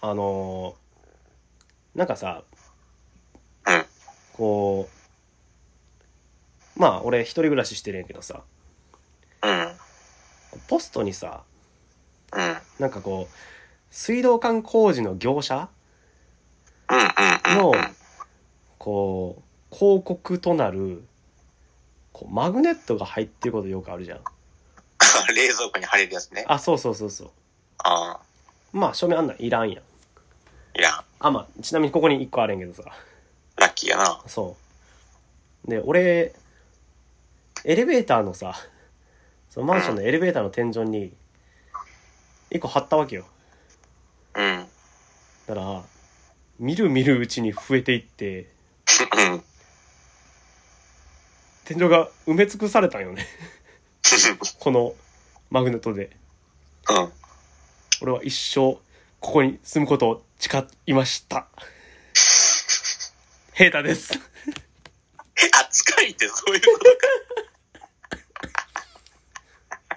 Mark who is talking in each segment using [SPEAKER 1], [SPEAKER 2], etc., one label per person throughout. [SPEAKER 1] あのーなんかさ、
[SPEAKER 2] うん
[SPEAKER 1] こう、まあ俺一人暮らししてるんやけどさ、
[SPEAKER 2] うん。
[SPEAKER 1] ポストにさ、
[SPEAKER 2] うん。うん。
[SPEAKER 1] なんかこう、水道管工事の業者
[SPEAKER 2] うん。うん。
[SPEAKER 1] の
[SPEAKER 2] うん。、
[SPEAKER 1] こう、広告となる、こう、マグネットが入ってることよくあるじゃん。
[SPEAKER 2] 冷蔵庫に貼れるやつね。
[SPEAKER 1] あ、そうそうそうそう。
[SPEAKER 2] ああ、
[SPEAKER 1] まあ、署名あんなんいらんやん。
[SPEAKER 2] いらん。
[SPEAKER 1] あ、まあ、ちなみにここに1個あるんやけどさ。
[SPEAKER 2] ラッキーやな。
[SPEAKER 1] そう。で、俺、エレベーターのさ、そのマンションのエレベーターの天井に、1個貼ったわけよ。
[SPEAKER 2] うん。うん。
[SPEAKER 1] だから、見る見るうちに増えていって、天井が埋め尽くされたんよね。 このマグネットで。
[SPEAKER 2] うん。
[SPEAKER 1] 俺は一生、ここに住むことを誓いました。平太です。
[SPEAKER 2] 扱いってそういうことか。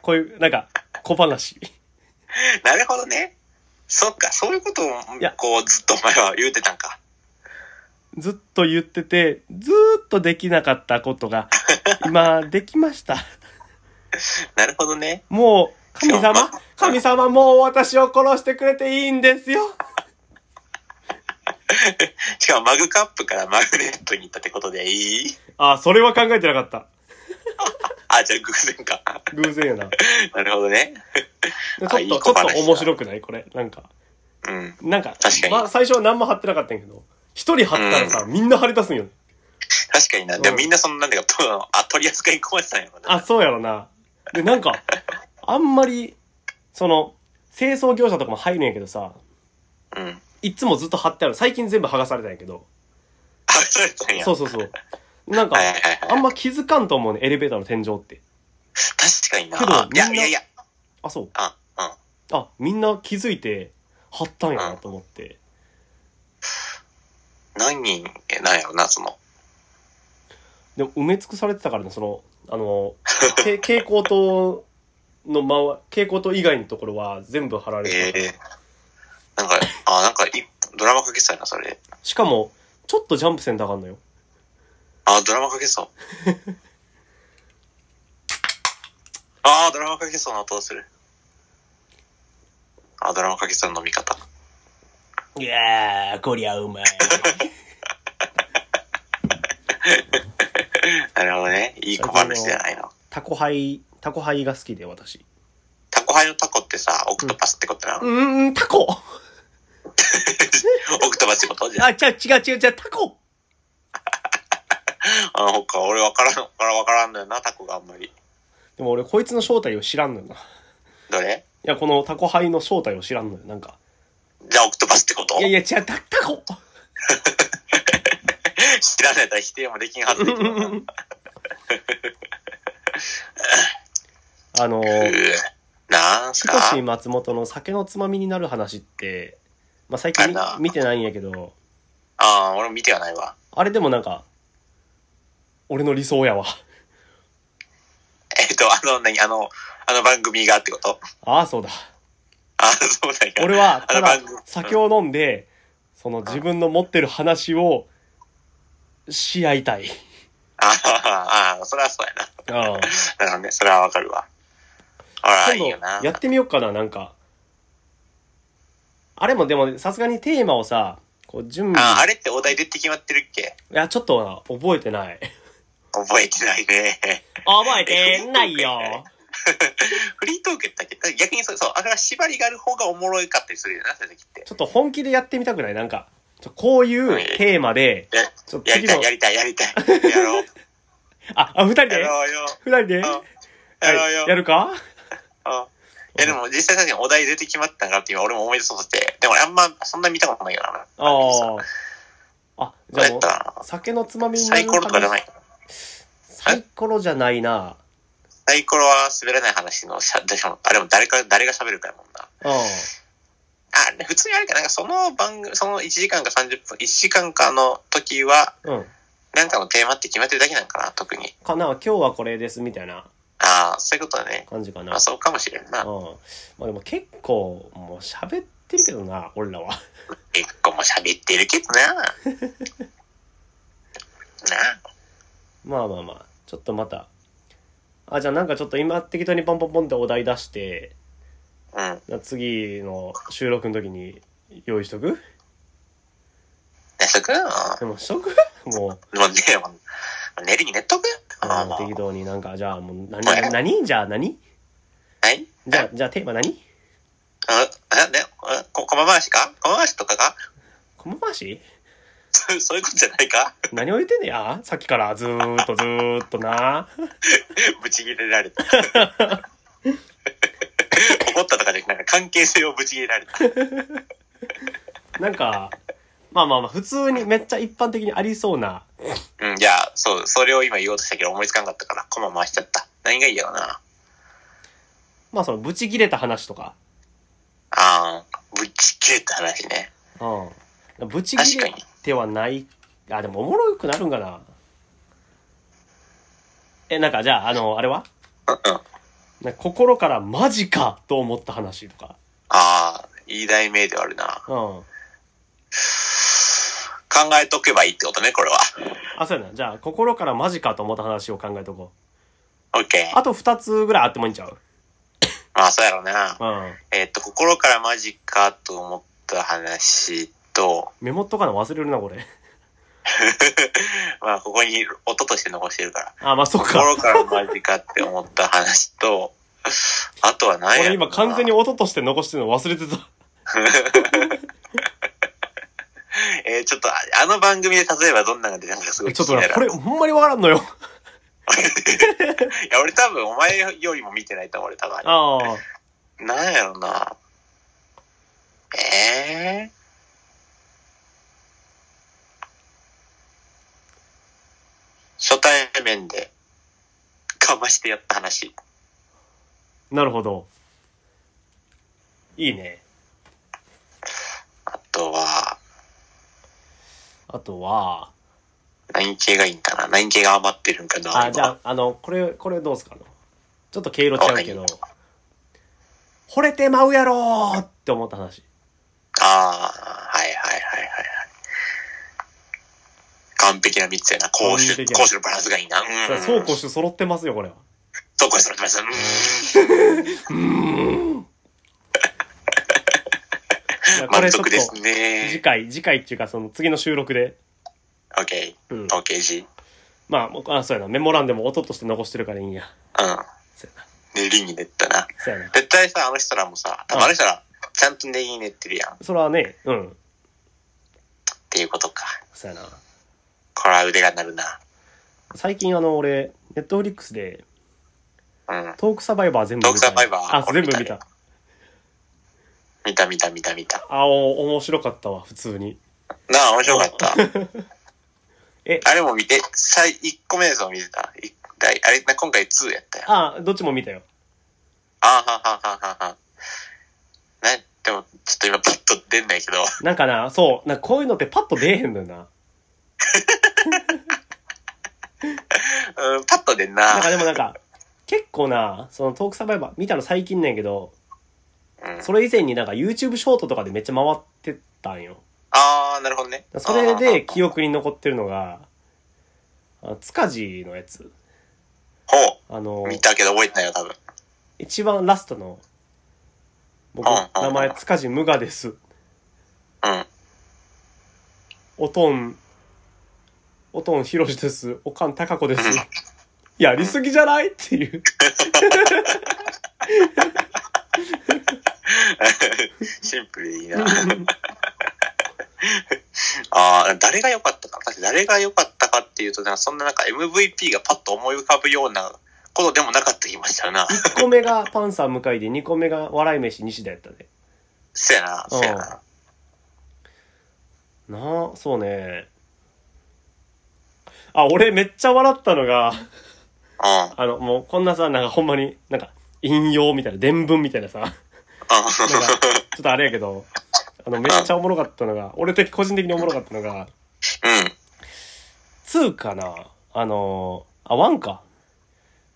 [SPEAKER 1] こういう、なんか、小話。
[SPEAKER 2] なるほどね。 そっか、そういうことを
[SPEAKER 1] いや、
[SPEAKER 2] こう、ずっとお前は言うてたんか。
[SPEAKER 1] ずっと言ってて、ずーっとできなかったこと が、今、できました。
[SPEAKER 2] なるほどね。
[SPEAKER 1] もう、神
[SPEAKER 2] いや
[SPEAKER 1] 様
[SPEAKER 2] まあ
[SPEAKER 1] 神様、もう私を殺してくれていいんですよ。
[SPEAKER 2] しかもマグカップからマグネットに行ったってことでいい
[SPEAKER 1] あ、それは考えてなかった。
[SPEAKER 2] あ、じゃあ偶然か。
[SPEAKER 1] 偶然やな。で
[SPEAKER 2] なるほどね。
[SPEAKER 1] ちょっ
[SPEAKER 2] あ
[SPEAKER 1] と、
[SPEAKER 2] いい
[SPEAKER 1] ちょ
[SPEAKER 2] 小
[SPEAKER 1] っ
[SPEAKER 2] 話だ
[SPEAKER 1] と面白くないこれ。なんか、
[SPEAKER 2] うん。
[SPEAKER 1] なんか、
[SPEAKER 2] 確かに
[SPEAKER 1] まあ、最初は何も貼ってなかったんやけど、一人貼ったらさ、みんな貼り出すんよね。
[SPEAKER 2] 確かにな。でもみんなその、なんていうか、とあ取り扱いに困ってたんやろな。
[SPEAKER 1] あ、そうやろな。で、なんか、あんまり、その、清掃業者とかも入るんやけどさ、
[SPEAKER 2] うん。
[SPEAKER 1] いつもずっと貼ってある。最近全部剥がされたんやけど。
[SPEAKER 2] あ、そうやったんや。
[SPEAKER 1] そうそうそう。なんか
[SPEAKER 2] はいはいはい、
[SPEAKER 1] あんま気づかんと思うね、エレベーターの天井って。
[SPEAKER 2] 確かにな。
[SPEAKER 1] けど
[SPEAKER 2] あいや
[SPEAKER 1] みん
[SPEAKER 2] い
[SPEAKER 1] な
[SPEAKER 2] やいや。
[SPEAKER 1] あ、そう。
[SPEAKER 2] あ、うん。
[SPEAKER 1] あ、みんな気づいて、貼ったんやなと思って。
[SPEAKER 2] 何人、えなんやろな、その。
[SPEAKER 1] でも埋め尽くされてたからね、その、あの、け蛍光灯のまわ、蛍光灯以外のところは全部貼られてたから
[SPEAKER 2] ええなんか、あ、なんかい、ドラマかけそうやな、それ。
[SPEAKER 1] しかも、ちょっとジャンプせんとあかんのよ。
[SPEAKER 2] あ、ドラマかけそう。 あ、ドラマかけそうな音がする。あ、ドラマかけそうの飲み方。
[SPEAKER 1] いやー、こりゃうまい。
[SPEAKER 2] なるほどね。いい小話じゃないの。
[SPEAKER 1] タコハイ、タコハイが好きで、私。
[SPEAKER 2] タコハイのタコってさ、オクトパスってことなの、
[SPEAKER 1] うーん、タ コ
[SPEAKER 2] オクトパスってことじゃあ
[SPEAKER 1] あ、違う違う違う違う、タコ
[SPEAKER 2] あの、ほか、俺わからん、わからわからんのよな、タコがあんまり。
[SPEAKER 1] でも俺、こいつの正体を知らんのよな。い
[SPEAKER 2] どれ
[SPEAKER 1] や、このタコハイの正体を知らんのよ、なんか。
[SPEAKER 2] じゃあ、オクトパスってこと
[SPEAKER 1] いやいや、違う、タ、タコ
[SPEAKER 2] 知らないと否定もできんはずだけどな。う
[SPEAKER 1] あのー、
[SPEAKER 2] ーなんす
[SPEAKER 1] しか
[SPEAKER 2] か
[SPEAKER 1] し松本の酒のつまみになる話って、まあ、最近み
[SPEAKER 2] あら
[SPEAKER 1] 見てないんやけど、
[SPEAKER 2] ああ、俺も見てはないわ。
[SPEAKER 1] あれでもなんか、俺の理想やわ。
[SPEAKER 2] えっと、あの、何、あの、あの番組がってこと
[SPEAKER 1] ああ、そうだ。
[SPEAKER 2] あ、そうなんや。
[SPEAKER 1] 俺は、
[SPEAKER 2] あ
[SPEAKER 1] た
[SPEAKER 2] の
[SPEAKER 1] だ
[SPEAKER 2] 番組、
[SPEAKER 1] 酒を飲んで、その自分の持ってる話を、し合い たい。
[SPEAKER 2] ああ、あそれはそうやな。
[SPEAKER 1] うん。
[SPEAKER 2] なるほどね。それはわかるわ。あら、
[SPEAKER 1] 今
[SPEAKER 2] いいよな
[SPEAKER 1] 度、。やってみようかな、なんか。あれもでも、さすがにテーマをさ、こう、準備。
[SPEAKER 2] ああれってお題出て決まってるっけ
[SPEAKER 1] いや、ちょっとな覚えて ない。
[SPEAKER 2] 覚えてないね。
[SPEAKER 1] 覚えてないよ。
[SPEAKER 2] フリートークやったっけ逆にそう、そう、あれは縛りがある方がおもろいかったりするよな、そういう時って。
[SPEAKER 1] ちょっと本気でやってみたくないなんか、ちょこういうテーマで、
[SPEAKER 2] や
[SPEAKER 1] ちょっと
[SPEAKER 2] や
[SPEAKER 1] 次
[SPEAKER 2] りた
[SPEAKER 1] の
[SPEAKER 2] い、や、りたい、やりたい。や ろう。
[SPEAKER 1] あ、あ、二人
[SPEAKER 2] や
[SPEAKER 1] で
[SPEAKER 2] ろうよ。
[SPEAKER 1] 二人で
[SPEAKER 2] うん
[SPEAKER 1] は
[SPEAKER 2] やろうよ。
[SPEAKER 1] いやるか
[SPEAKER 2] うんいやでも実際確かにお題出てきまったなって今俺も思い出そうとして、でも俺あんまそんな見たことないよな。
[SPEAKER 1] ああ。あ、じ
[SPEAKER 2] ど
[SPEAKER 1] ゃあ
[SPEAKER 2] うや
[SPEAKER 1] も
[SPEAKER 2] っ
[SPEAKER 1] う
[SPEAKER 2] た、らな
[SPEAKER 1] 酒のつまみにな
[SPEAKER 2] サ
[SPEAKER 1] る
[SPEAKER 2] イコロとかじゃない
[SPEAKER 1] 話。サイコロじゃないな。
[SPEAKER 2] サイコロは滑らない話のしゃ、でも、あれも誰か、誰が喋るかやもんな。
[SPEAKER 1] うん。
[SPEAKER 2] あ、ね普通にあれか、なんかその番組、その1時間か30分、1時間かの時は、
[SPEAKER 1] うん。
[SPEAKER 2] なんかのテーマって決まってるだけなんかな、特に。
[SPEAKER 1] かな、今日はこれです、みたいな
[SPEAKER 2] ああ、そういうことだね。
[SPEAKER 1] 感じかな。
[SPEAKER 2] まあそうかもしれんな。
[SPEAKER 1] うん。まあでも結構、もう喋っってるけどな、俺らは。
[SPEAKER 2] 結構も喋ってるけど な。なあ
[SPEAKER 1] まあまあまあ、ちょっとまた。あ、じゃあなんかちょっと今適当にポンポンポンってお題出して、
[SPEAKER 2] うん。
[SPEAKER 1] な次の収録の時に用意しとく
[SPEAKER 2] 寝とく
[SPEAKER 1] でもしとくもう、
[SPEAKER 2] もうね、もう寝るに寝とく
[SPEAKER 1] あの
[SPEAKER 2] も
[SPEAKER 1] 適
[SPEAKER 2] う
[SPEAKER 1] 当になんか、じゃあもう何、
[SPEAKER 2] はい
[SPEAKER 1] 何何じゃあ何
[SPEAKER 2] はい
[SPEAKER 1] じゃあ、じゃあテーマ何
[SPEAKER 2] あ、え、ね、えこ、こま回しかこま回しとか か
[SPEAKER 1] コマ回し
[SPEAKER 2] そうそういうことじゃないか
[SPEAKER 1] 何を言ってんねやさっきからずーっとずーっとな。
[SPEAKER 2] ぶち切れられ た。怒ったとかで、なんか関係性をぶち切れられた。
[SPEAKER 1] なんか、まあまあまあ、普通にめっちゃ一般的にありそうな。
[SPEAKER 2] うん、じゃあ、そう、それを今言おうとしたけど思いつかなかったから、コマ回しちゃった。何がいいやろな。
[SPEAKER 1] まあその、ブチ切れた話とか。
[SPEAKER 2] あー、ぶち切れた話ね。
[SPEAKER 1] うん。ブチ切れてはない。あ、でもおもろくなるんかな。え、なんかじゃあ、あの、あれは
[SPEAKER 2] うんうん。
[SPEAKER 1] なんか心からマジかと思った話とか。
[SPEAKER 2] あー、いい題名ではあるな。
[SPEAKER 1] うん。
[SPEAKER 2] 考えとけばいいってことね、これは。
[SPEAKER 1] あ、そうやな。じゃあ、心からマジかと思った話を考えとこう。
[SPEAKER 2] オッケー。
[SPEAKER 1] あと二つぐらいあってもいいんちゃう
[SPEAKER 2] まあ、そうやろな。
[SPEAKER 1] うん。
[SPEAKER 2] えっと、心からマジかと思った話と、
[SPEAKER 1] メモっとかの忘れるな、これ。
[SPEAKER 2] まあ、ここに音として残してるから。
[SPEAKER 1] あ、まあそっか。
[SPEAKER 2] 心からマジかって思った話と、あとは何や
[SPEAKER 1] 俺
[SPEAKER 2] ろ
[SPEAKER 1] 今
[SPEAKER 2] な
[SPEAKER 1] 完全に音として残してるの忘れてた。
[SPEAKER 2] えーちょっと、ああの番組で例えばどんなのが出たのかすごい
[SPEAKER 1] ちょ
[SPEAKER 2] 気
[SPEAKER 1] っと
[SPEAKER 2] に
[SPEAKER 1] な
[SPEAKER 2] な、
[SPEAKER 1] これ
[SPEAKER 2] る。
[SPEAKER 1] ほんまにわからんのよ。
[SPEAKER 2] いや、俺多分お前よりも見てないと思う、俺多分。
[SPEAKER 1] ああ。
[SPEAKER 2] なんやろな。ええ初対面で、かましてやった話。
[SPEAKER 1] なるほど。いいね。
[SPEAKER 2] あとは、
[SPEAKER 1] あとは、
[SPEAKER 2] 何系がいいんかな何系が余ってるんかな
[SPEAKER 1] あ、じゃあ、あの、これ、これどうすかのちょっと毛色違うけど
[SPEAKER 2] あ、
[SPEAKER 1] 惚れてまうやろーって思った話。
[SPEAKER 2] ああー、はいはいはいはいはい。完璧な3つやな。攻
[SPEAKER 1] 完
[SPEAKER 2] 守、
[SPEAKER 1] 璧
[SPEAKER 2] 攻守のバランスがいいな。うん。
[SPEAKER 1] そうこうして揃ってますよ、これは。
[SPEAKER 2] そうこうしてます。うん。
[SPEAKER 1] いやこ
[SPEAKER 2] 満
[SPEAKER 1] れちょっ
[SPEAKER 2] 足です
[SPEAKER 1] と、次
[SPEAKER 2] ね。
[SPEAKER 1] 回、次回っていうか、その次の収録で。
[SPEAKER 2] オッケ
[SPEAKER 1] うん
[SPEAKER 2] ー。オッケー G。
[SPEAKER 1] まあもう、あ、そうやな。メモ欄でも音として残してるからいいんや。
[SPEAKER 2] うん。
[SPEAKER 1] そうやな。
[SPEAKER 2] 練りに練ったな。
[SPEAKER 1] そうやな。
[SPEAKER 2] 絶対さ、あの人らもさ、多分あの人ら、ちゃんと練りに練ってるやん。っ
[SPEAKER 1] それはね、うん。
[SPEAKER 2] ていうことか。
[SPEAKER 1] そうやな。
[SPEAKER 2] これは腕がなるな。
[SPEAKER 1] 最近あの、俺、ネットフリックスで、
[SPEAKER 2] うん。
[SPEAKER 1] トークサバイバー全部見た。
[SPEAKER 2] トークサバイバー
[SPEAKER 1] あ、全部見た。
[SPEAKER 2] 見た見た見た見た。
[SPEAKER 1] あ、お、面白かったわ、普通に。
[SPEAKER 2] なあ、面白かった。
[SPEAKER 1] え
[SPEAKER 2] あれも見て、最、1個目のやつも見てた。一第あれ、な今回2やったよ。
[SPEAKER 1] あ、どっちも見たよ。
[SPEAKER 2] あーはんはんはんはんはん。ね、でも、ちょっと今パッと出んないけど、
[SPEAKER 1] なんかな、そう、なんかこういうのってパッと出えへんのよな。
[SPEAKER 2] うん、パッと出んな。
[SPEAKER 1] なんかでもなんか、結構な、そのトークサバイバー見たの最近なんやけど、
[SPEAKER 2] うん、
[SPEAKER 1] それ以前になんか YouTube ショートとかでめっちゃ回ってたんよ。
[SPEAKER 2] あー、なるほどね。
[SPEAKER 1] それで記
[SPEAKER 2] 憶。
[SPEAKER 1] 憶に残ってるのが、あ塚地のやつ。
[SPEAKER 2] ほ
[SPEAKER 1] あの
[SPEAKER 2] う。、見たけど覚えてないよ、多分。
[SPEAKER 1] 一番ラストの、僕、
[SPEAKER 2] うんうんうん
[SPEAKER 1] 名前塚地無我です。
[SPEAKER 2] うん。
[SPEAKER 1] おとん、おとんひろしです。おかんたかこです。やりすぎじゃないっていう。
[SPEAKER 2] シンプルでいいな。ああ、誰が良かったか。確かに誰が良かったかっていうと、なんかそんななんか MVP がパッと思い浮かぶようなことでもなかった気がしたな。
[SPEAKER 1] 1個目がパンサー向かいで、2個目が笑い飯西田やったで。
[SPEAKER 2] そやな、そやな。
[SPEAKER 1] なあ、そうね。あ、俺めっちゃ笑ったのが、
[SPEAKER 2] うん。
[SPEAKER 1] あの、もうこんなさ、なんかほんまに、なんか、引用みたいな、伝聞みたいなさ、なんか、ちょっとあれやけど、あの、めっちゃおもろかったのが、俺的、個人的におもろかったのが、
[SPEAKER 2] うん。
[SPEAKER 1] 2かなあのー、あ、1か。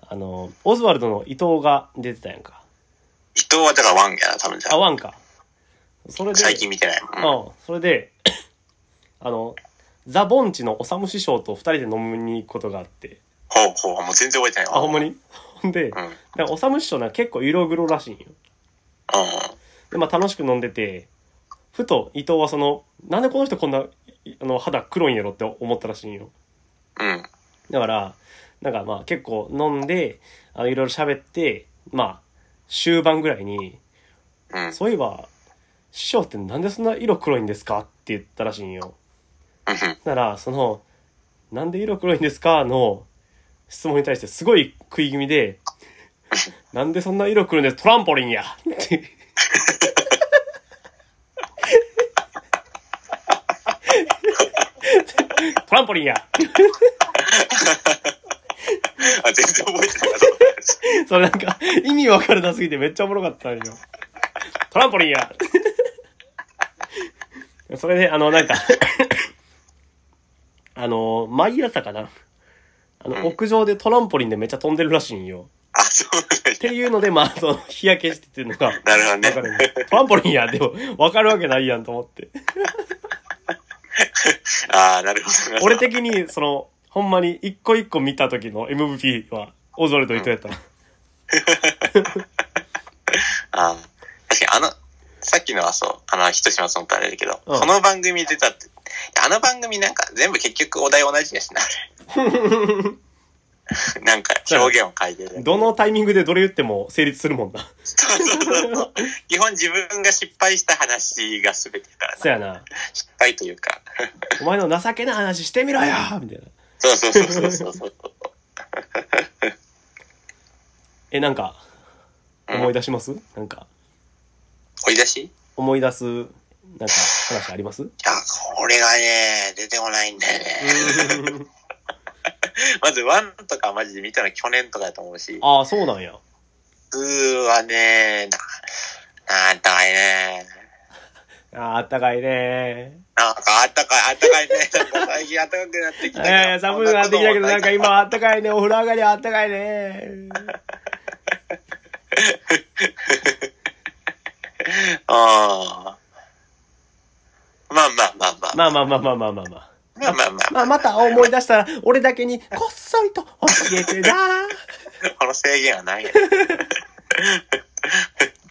[SPEAKER 1] あのー、オズワルドの伊藤が出てたやんか。
[SPEAKER 2] 伊藤はだからワンやな、多分じゃ
[SPEAKER 1] あ、
[SPEAKER 2] あ。
[SPEAKER 1] 1か。それで、
[SPEAKER 2] 最近見てない。うん。
[SPEAKER 1] うん、それで、あの、ザ・ボンチのおさむ師匠と二人で飲みに行くことがあって、
[SPEAKER 2] ほうほう。もう全然覚えてないわ。
[SPEAKER 1] あ、ほんまに ほんで、
[SPEAKER 2] うん。うん。
[SPEAKER 1] なんかおさむ師匠なんか結構色黒らしいんよ。で、まあ楽しく飲んでて、ふと伊藤はその、なんでこの人こんな、いあの、肌黒いんやろって思ったらしいんよ。
[SPEAKER 2] うん。
[SPEAKER 1] だから、なんかまあ結構飲んで、あの、いろいろ喋って、まあ、終盤ぐらいに、
[SPEAKER 2] うん。
[SPEAKER 1] そういえば、師匠ってなんでそんな色黒いんですかって言ったらしいんよ。
[SPEAKER 2] うん。
[SPEAKER 1] なら、その、なんで色黒いんですかの質問に対してすごい食い気味で、なんでそんな色黒いんですトランポリンやって。トランポリンや
[SPEAKER 2] あ、全然覚えてなかっ た。
[SPEAKER 1] それなんか意味わからなすぎてめっちゃおもろかったんよ。トランポリン やそれで、あの、なんか、あの、毎朝かな。あ
[SPEAKER 2] うん
[SPEAKER 1] の、屋上でトランポリンでめっちゃ飛んでるらしいんよ。
[SPEAKER 2] あ、そうなん
[SPEAKER 1] っ
[SPEAKER 2] や
[SPEAKER 1] ていうので、まあ、その、日焼けしてっていうのが、わ
[SPEAKER 2] なるほどね。
[SPEAKER 1] かる んよトランポリンやでも、わかるわけないやんと思って。
[SPEAKER 2] ああ、なるほどな。
[SPEAKER 1] 俺的に、その、ほんまに一個一個見た時の MVP は、オズワルド伊藤やったな。
[SPEAKER 2] あー確かにあの、さっきのはそう、あの、ひとしまつもとあれだけど、
[SPEAKER 1] うん
[SPEAKER 2] この番組出たって、あの番組なんか全部結局お題同じ やしな、あれなんか表現を変えてる。
[SPEAKER 1] どのタイミングでどれ言っても成立するもんな。
[SPEAKER 2] そうそうそうそう。基本自分が失敗した話が全てだから
[SPEAKER 1] そ
[SPEAKER 2] な。
[SPEAKER 1] やな。
[SPEAKER 2] 失敗というか。
[SPEAKER 1] お前の情けな話してみろよみたいな。
[SPEAKER 2] そうそうそうそうそうそう。
[SPEAKER 1] え、なんか、
[SPEAKER 2] うん
[SPEAKER 1] 思い出しますなんか、
[SPEAKER 2] 追い出しい
[SPEAKER 1] 思い出す、なんか、話あり ます
[SPEAKER 2] や、これがね、出てこないんだよね。まず、ワンとかマジで見たの去年とかだと思うし、
[SPEAKER 1] ああ、そうなんや。
[SPEAKER 2] ツーはね、な、なんとかいね。
[SPEAKER 1] あーあったかいね
[SPEAKER 2] なんかあったかい、あったかいね。なんか最近あったかくなってきたけど。
[SPEAKER 1] えー、寒くなってきたけど、なんか
[SPEAKER 2] 今。
[SPEAKER 1] 今あったかいね。お風呂上がりあったかいね。
[SPEAKER 2] ああ。まあまあまあまあ。
[SPEAKER 1] まあまあまあまあまあまあまあ。
[SPEAKER 2] まあまあまあ。
[SPEAKER 1] まあ、また思い出したら、俺だけに、こっそりと教えてな
[SPEAKER 2] この制限はないよ。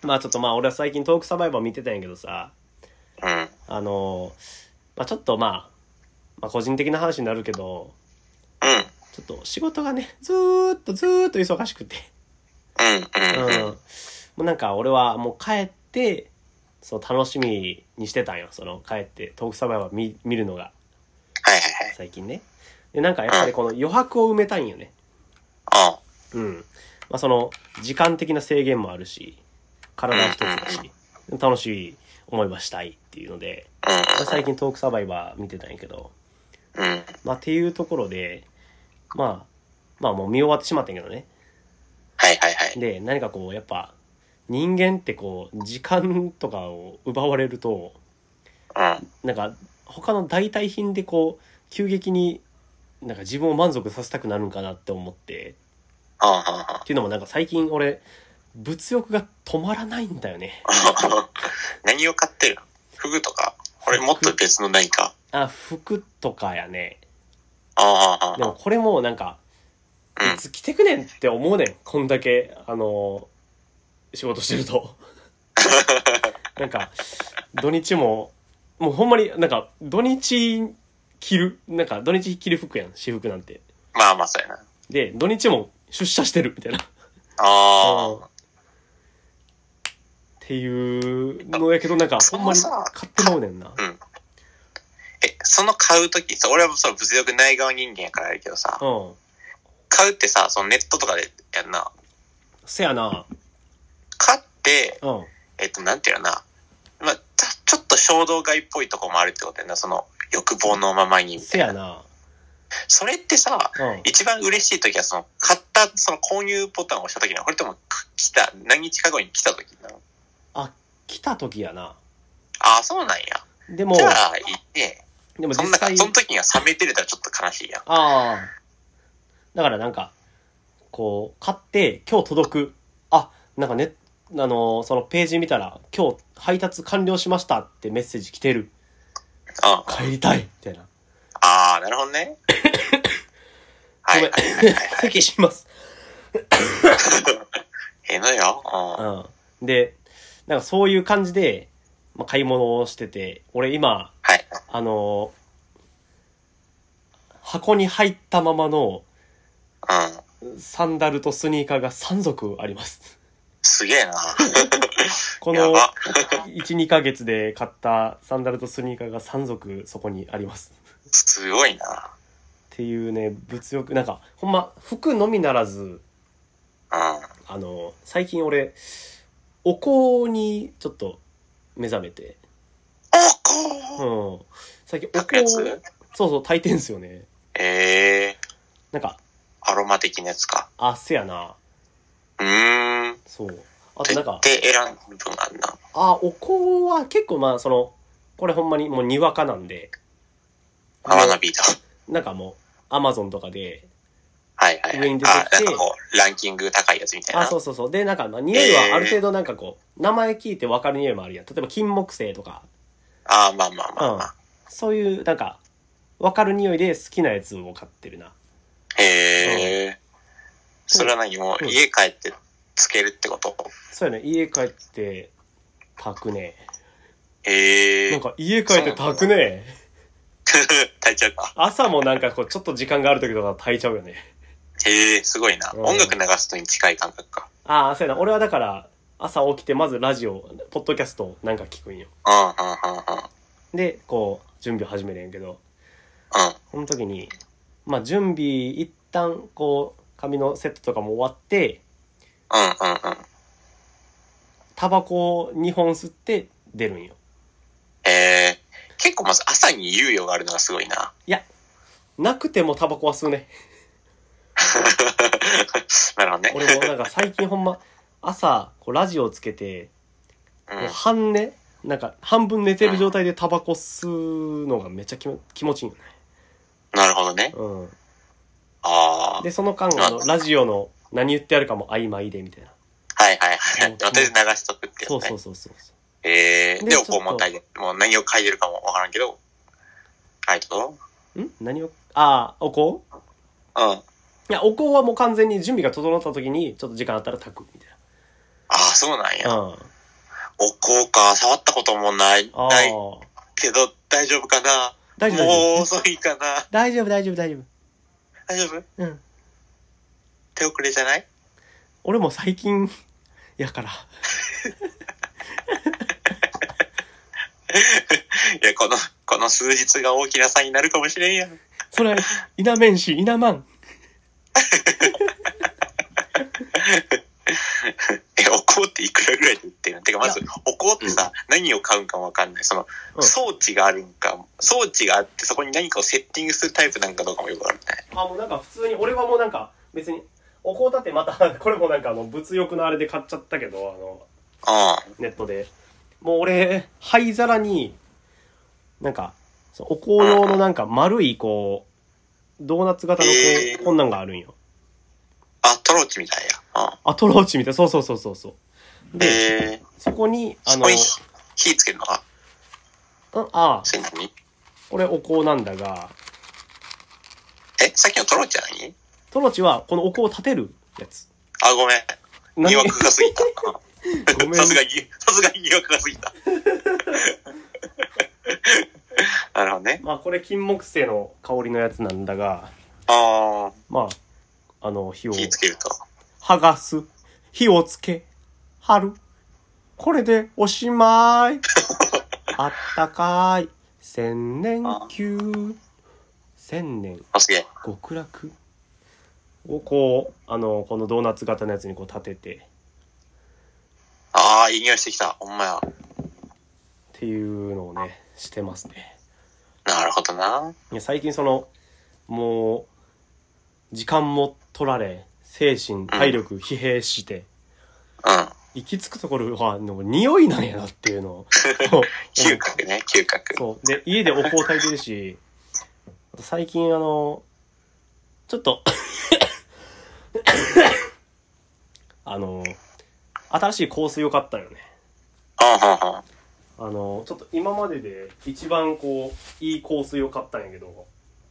[SPEAKER 1] まあちょっとまあ、俺は最近トークサバイバー見てたんやけどさ、
[SPEAKER 2] うん。
[SPEAKER 1] あのーまあちょっとまあ、まあ個人的な話になるけど、
[SPEAKER 2] うん。
[SPEAKER 1] ちょっと仕事がね、ずーっとずーっと忙しくて。
[SPEAKER 2] うん。
[SPEAKER 1] う。
[SPEAKER 2] うんん。うん
[SPEAKER 1] も。うなんか俺はもう帰って、そう楽しみにしてたんよ。その帰ってトークサバイバー見見るのが、
[SPEAKER 2] はいはいはい。
[SPEAKER 1] 最近ね。で、なんかやっぱりこの余白を埋めたいんよね。
[SPEAKER 2] あ
[SPEAKER 1] うん。まあその、時間的な制限もあるし、体は一つだし、楽しい思いはしたいっていうので、まあ最近トークサバイバー見てたんやけど、
[SPEAKER 2] うん。うん。
[SPEAKER 1] まあっていうところで、まあ、まあもう見終わってしまったんやけどね。
[SPEAKER 2] はいはいはい。
[SPEAKER 1] で何かこうやっぱ人間ってこう時間とかを奪われると
[SPEAKER 2] うん。
[SPEAKER 1] なんか他の代替品でこう急激になんか自分を満足させたくなるんかなって思って
[SPEAKER 2] うんうんうん
[SPEAKER 1] っていうのもなんか最近俺物欲が止まらないんだよね
[SPEAKER 2] 何を買ってるのフグとか俺もっと別の何か。
[SPEAKER 1] あ服とかやね
[SPEAKER 2] ああ、あ
[SPEAKER 1] でもこれもなんか
[SPEAKER 2] あうん
[SPEAKER 1] い。つ着てくねんって思うねんこんだけあの仕事してる となんか土日ももうほんまになんか土日着るなんか土日着る服やん私服なんて
[SPEAKER 2] まあまあ、そうやな。
[SPEAKER 1] で土日も出社してるみたいなっ
[SPEAKER 2] ああ。
[SPEAKER 1] ていうのやけどなんかほんまに買ってまうねんな
[SPEAKER 2] うん。え、その買うとき、そう俺はそう物欲ない側人間やからあるけどさ
[SPEAKER 1] う、ん
[SPEAKER 2] 買うってさ、そのネットとかでやんな。
[SPEAKER 1] せやな
[SPEAKER 2] 買って、
[SPEAKER 1] うん
[SPEAKER 2] えっと、なんていうのかな。まあ、ちょちょっと衝動買いっぽいとこもあるってことやな、その欲望のままにみた
[SPEAKER 1] せ
[SPEAKER 2] いな。
[SPEAKER 1] やな
[SPEAKER 2] それってさ、
[SPEAKER 1] うん
[SPEAKER 2] 一番嬉しい時はその買ったその購入ボタンを押した時なのこれとも来た何日か後に来た時なの
[SPEAKER 1] 来た時やな
[SPEAKER 2] ああそうなんや
[SPEAKER 1] でも
[SPEAKER 2] じゃあいいね
[SPEAKER 1] でも
[SPEAKER 2] そん
[SPEAKER 1] 実
[SPEAKER 2] な
[SPEAKER 1] 際
[SPEAKER 2] その時には冷めてるたらちょっと悲しいやん
[SPEAKER 1] ああ。だからなんか、こう、買って、今日届く。あ、なんかね、あの、そのページ見たら、今日配達完了しましたってメッセージ来てる。
[SPEAKER 2] あ
[SPEAKER 1] 帰りたいみたいな。
[SPEAKER 2] あー、なるほ どね。
[SPEAKER 1] ご
[SPEAKER 2] は
[SPEAKER 1] め
[SPEAKER 2] い
[SPEAKER 1] ん
[SPEAKER 2] はいはいはい。。
[SPEAKER 1] 席します。
[SPEAKER 2] ええのよ。う
[SPEAKER 1] う
[SPEAKER 2] ん。
[SPEAKER 1] ん。で、なんかそういう感じで、まあ、買い物をしてて、俺今、
[SPEAKER 2] はい。
[SPEAKER 1] あの箱に入ったままの
[SPEAKER 2] うん。
[SPEAKER 1] サンダルとスニーカーが3足あります。
[SPEAKER 2] すげえな。
[SPEAKER 1] こ
[SPEAKER 2] や
[SPEAKER 1] の
[SPEAKER 2] ば。
[SPEAKER 1] 1、2ヶ月で買ったサンダルとスニーカーが3足そこにあります。
[SPEAKER 2] すごいな。
[SPEAKER 1] っていうね、物欲、なんか、ほんま、服のみならず、
[SPEAKER 2] うん。
[SPEAKER 1] あの、最近俺、お香にちょっと目覚めて、
[SPEAKER 2] お
[SPEAKER 1] う
[SPEAKER 2] こ
[SPEAKER 1] ん。最近
[SPEAKER 2] ー
[SPEAKER 1] お
[SPEAKER 2] 炊くや
[SPEAKER 1] 香
[SPEAKER 2] つ、
[SPEAKER 1] そうそう、炊いてんすよね。
[SPEAKER 2] ええ
[SPEAKER 1] なんか、
[SPEAKER 2] アロマ的なやつか。
[SPEAKER 1] あ、せやな。
[SPEAKER 2] うーん。
[SPEAKER 1] そう。あ
[SPEAKER 2] で
[SPEAKER 1] となんか、
[SPEAKER 2] で選ぶ分あんな。
[SPEAKER 1] あ、お香は結構まあ、その、これほんまにもうにわかなんで、
[SPEAKER 2] アワナビーだ。
[SPEAKER 1] なんかもう、アマゾンとかで、
[SPEAKER 2] はいはいは
[SPEAKER 1] 上
[SPEAKER 2] い
[SPEAKER 1] に。出て
[SPEAKER 2] あ
[SPEAKER 1] き、て
[SPEAKER 2] なんかこう、ランキング高いやつみたいな。
[SPEAKER 1] あ、そうそうそう。で、なんか、まあ、匂いはある程度なんかこう、名前聞いてわかる匂いもあるやん。例えば、金木犀とか、
[SPEAKER 2] あーまあまあまあまあ。
[SPEAKER 1] そういう、なんか、わかる匂いで好きなやつを買ってるな。
[SPEAKER 2] へえ。それは何もう
[SPEAKER 1] うん
[SPEAKER 2] 家帰ってつけるってこと
[SPEAKER 1] そうやね、家帰って、炊くね。
[SPEAKER 2] へえ。
[SPEAKER 1] なんか、家帰って炊くね。
[SPEAKER 2] 炊いちゃった。
[SPEAKER 1] 朝もなんかこう、ちょっと時間がある時とか炊いちゃうよね。
[SPEAKER 2] へえ、すごいな。
[SPEAKER 1] うん
[SPEAKER 2] 音楽流すのに近い感覚か。
[SPEAKER 1] ああ、そうやな。俺はだから、朝起きて、まずラジオ、ポッドキャストなんか聞くんよ。
[SPEAKER 2] うん、うん、うん、うん。
[SPEAKER 1] で、こう、準備を始めるんやけど、
[SPEAKER 2] うん、
[SPEAKER 1] この時に、まあ、準備、一旦、こう、髪のセットとかも終わって、
[SPEAKER 2] うん、うん、うん。
[SPEAKER 1] タバコを2本吸って出るんよ。
[SPEAKER 2] えー、結構まず朝に猶予があるのがすごいな。
[SPEAKER 1] なくてもタバコは吸う ね。
[SPEAKER 2] なるほどね。
[SPEAKER 1] 俺もなんか最近ほんま、朝、こうラジオつけて、
[SPEAKER 2] うん、
[SPEAKER 1] こう半寝、なんか半分寝てる状態でタバコ吸うのがめっちゃ気も気持ちいいよね。
[SPEAKER 2] なるほどね。
[SPEAKER 1] うん。
[SPEAKER 2] ああ。
[SPEAKER 1] で、その間、あの、ラジオの何言ってあるかも曖昧でみたいな。
[SPEAKER 2] はいはいはい。
[SPEAKER 1] そう
[SPEAKER 2] とりあえず流しとくってやつね。
[SPEAKER 1] そうそうそうそう。
[SPEAKER 2] えー、
[SPEAKER 1] でち
[SPEAKER 2] で、
[SPEAKER 1] ょ
[SPEAKER 2] お
[SPEAKER 1] っと
[SPEAKER 2] こうも炊いて、もう何を書いてるかもわからんけど、書いてと
[SPEAKER 1] ん何を、ああ、お香
[SPEAKER 2] うん。あ
[SPEAKER 1] いや、お香はもう完全に準備が整った時に、ちょっと時間あったら炊くみたい
[SPEAKER 2] あ、そうなんや。
[SPEAKER 1] な。うん。
[SPEAKER 2] おこうか、触ったこともない、
[SPEAKER 1] ああ
[SPEAKER 2] ないけど、大丈夫かな
[SPEAKER 1] 大丈夫
[SPEAKER 2] もう遅いかな
[SPEAKER 1] 大丈夫大丈夫大丈夫。
[SPEAKER 2] 大丈夫
[SPEAKER 1] うん。
[SPEAKER 2] 手遅れじゃない
[SPEAKER 1] 俺も最近、 やから。
[SPEAKER 2] いや、この、この数日が大きな差になるかもしれんやん。
[SPEAKER 1] それ、イナメンシ、イナマン。
[SPEAKER 2] え、お香っていくらぐらいで売ってるのてか、まず、お香ってさ、何を買うんかもわかんない。その、
[SPEAKER 1] うん
[SPEAKER 2] 装置があるんか、装置があって、そこに何かをセッティングするタイプなんかどうかもよくわかんない。
[SPEAKER 1] あ、もうなんか普通に、俺はもうなんか、別に、お香だってまた、 これもなんかあの、物欲のあれで買っちゃったけど、あの、
[SPEAKER 2] う
[SPEAKER 1] ネットで。もう俺、灰皿に、なんか、そのお香用のなんか丸い、こう、ドーナツ型のこ
[SPEAKER 2] え
[SPEAKER 1] う、
[SPEAKER 2] ー
[SPEAKER 1] こんなんがあるんよ。
[SPEAKER 2] ん。あ、トローチみたいや。うん。
[SPEAKER 1] あ、トローチみたい。そうそうそうそうそう。で、
[SPEAKER 2] えー、
[SPEAKER 1] そこに、あ
[SPEAKER 2] そ
[SPEAKER 1] の、
[SPEAKER 2] こに
[SPEAKER 1] う
[SPEAKER 2] 火つけるのか
[SPEAKER 1] ん、あ、
[SPEAKER 2] それ何
[SPEAKER 1] これお香なんだが、
[SPEAKER 2] え、さっきのトローチは何
[SPEAKER 1] トローチはこのお香を立てるやつ。
[SPEAKER 2] あ、ごめん。疑惑が過ぎた。
[SPEAKER 1] ご
[SPEAKER 2] うん
[SPEAKER 1] めん
[SPEAKER 2] さすが疑、さすが疑惑が過ぎ た。なるほどね。
[SPEAKER 1] まあこれ金木犀の香りのやつなんだが、
[SPEAKER 2] あ
[SPEAKER 1] まあ、あの、火を
[SPEAKER 2] あ、火つけると。
[SPEAKER 1] 剥がす。火をつけ、貼る。これでおしま い。あったかい。千年級。千年
[SPEAKER 2] あ、すげえ。
[SPEAKER 1] 極楽。をこう、あの、このドーナツ型のやつにこう立てて、
[SPEAKER 2] ああ、いい匂いしてきた。ほんまや。
[SPEAKER 1] っていうのをね、してますね。
[SPEAKER 2] なるほどな。
[SPEAKER 1] いや最近その、もう、時間も取られ、精神、体力、疲弊して、
[SPEAKER 2] うん。
[SPEAKER 1] 行き着くところは、の匂いなんやなっていうのを。そう
[SPEAKER 2] 嗅覚ね、嗅覚。
[SPEAKER 1] そう。で、家でお香炊いてるし、あと最近あの、 ちょっと、あの、新しい香水良かったよね。
[SPEAKER 2] はあはあはあ。
[SPEAKER 1] あの、ちょっと今までで一番こう、いい香水を買ったんやけど、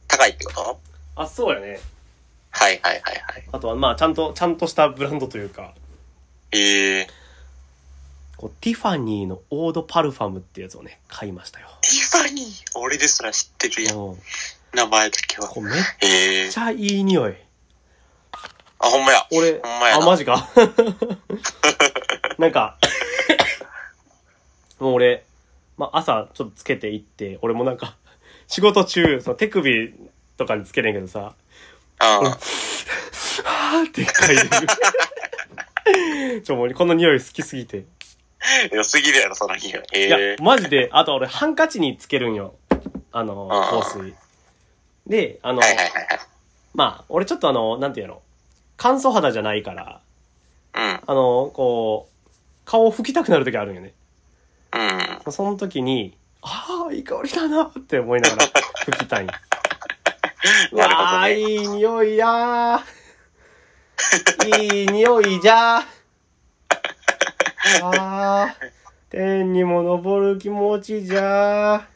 [SPEAKER 2] 高いってこと
[SPEAKER 1] あ、そうやね。
[SPEAKER 2] はいはいはいはい。
[SPEAKER 1] あとはまあ、ちゃんと、ちゃんとしたブランドというか、
[SPEAKER 2] ええー。
[SPEAKER 1] こうティファニーのオードパルファムってやつをね、買いましたよ。
[SPEAKER 2] ティファニー俺ですら知ってるやん。
[SPEAKER 1] うん。
[SPEAKER 2] 名前だけは。
[SPEAKER 1] こうめっ
[SPEAKER 2] ええ
[SPEAKER 1] ちゃいい匂い。
[SPEAKER 2] あ、ほんまや。
[SPEAKER 1] 俺、
[SPEAKER 2] ほんまや
[SPEAKER 1] あ、
[SPEAKER 2] な
[SPEAKER 1] マジ か。なんか、もう俺、まあ、朝ちょっとつけていって、俺もなんか、仕事中、その手首とかにつけねんけどさ、
[SPEAKER 2] うん。
[SPEAKER 1] はーって嗅 いでる。ちょ、もうこの匂い好きすぎて。
[SPEAKER 2] 良すぎるやろ、その日は。
[SPEAKER 1] いや
[SPEAKER 2] ええ、
[SPEAKER 1] マジで、あと俺ハンカチにつけるんよ。あの、
[SPEAKER 2] あー
[SPEAKER 1] 香水。で、あの、
[SPEAKER 2] はいはいはい
[SPEAKER 1] まあ、俺ちょっとあの、なんていうの、乾燥肌じゃないから、
[SPEAKER 2] はい。
[SPEAKER 1] あの、こう、顔を拭きたくなる時あるんよね。
[SPEAKER 2] うん。うん。
[SPEAKER 1] その時に、ああ、いい香りだなって思いなが ら拭きたいん。う
[SPEAKER 2] なるほどね
[SPEAKER 1] わあ、いい匂いやー。いい匂いじゃー。ああ、天にも昇る気持ちじゃ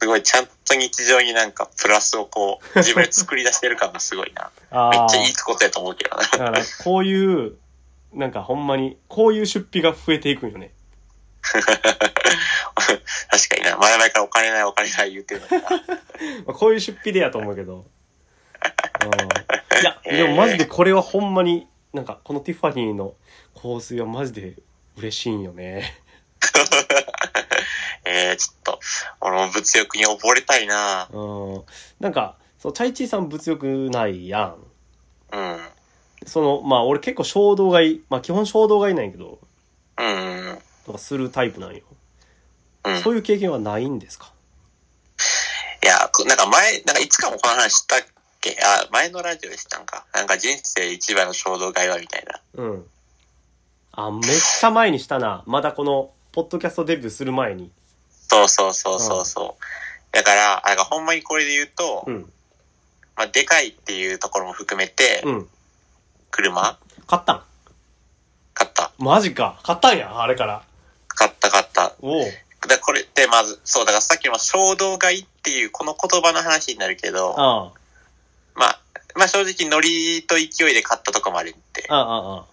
[SPEAKER 2] すごい、ちゃんと日常になんかプラスをこ う、自分で作り出してる感がすごいな。
[SPEAKER 1] ー。 あ
[SPEAKER 2] めっ
[SPEAKER 1] あ
[SPEAKER 2] ちゃいいことやと思うけどな。
[SPEAKER 1] だから、こういう、なんかほんまに、こういう出費が増えていくんよね。
[SPEAKER 2] 確かにな。前々からお金ないお金ない言ってるのにな。
[SPEAKER 1] まあ、こういう出費でやと思うけど。うん、いや、でもマジでこれはほんまに、なんかこのティファニーの香水はマジで嬉しいんよね。
[SPEAKER 2] えー、ちょっと、俺も物欲に溺れたいな。
[SPEAKER 1] うん。なんか、そう、チャイチーさん物欲ないやん。
[SPEAKER 2] うん。
[SPEAKER 1] その、まあ俺結構衝動買い、まあ基本衝動買いなんやけど、
[SPEAKER 2] うん。うん。
[SPEAKER 1] とかするタイプなんよ。
[SPEAKER 2] うん
[SPEAKER 1] そういう経験はないんですか
[SPEAKER 2] いや、こなんか前、なんかいつかもこの話したっけあ、前のラジオでしたんか。なんか人生一番の衝動買いはみたいな。
[SPEAKER 1] うん。あ、めっちゃ前にしたな。まだこの、ポッドキャストデビューする前に。
[SPEAKER 2] そうそうそうそうそう。だから、なんかほんまにこれで言うと、
[SPEAKER 1] うん。
[SPEAKER 2] まあ、でかいっていうところも含めて、
[SPEAKER 1] うん。
[SPEAKER 2] 車
[SPEAKER 1] 買ったん
[SPEAKER 2] 買った。
[SPEAKER 1] マジか。買ったんや、あれから。
[SPEAKER 2] 買った買った。
[SPEAKER 1] おう。
[SPEAKER 2] だこれってまず、そう、だからさっきの衝動買いっていう、この言葉の話になるけど、
[SPEAKER 1] あ
[SPEAKER 2] まあ、まあ正直ノリと勢いで買ったとこもあるって
[SPEAKER 1] あ、。ああ、ああ。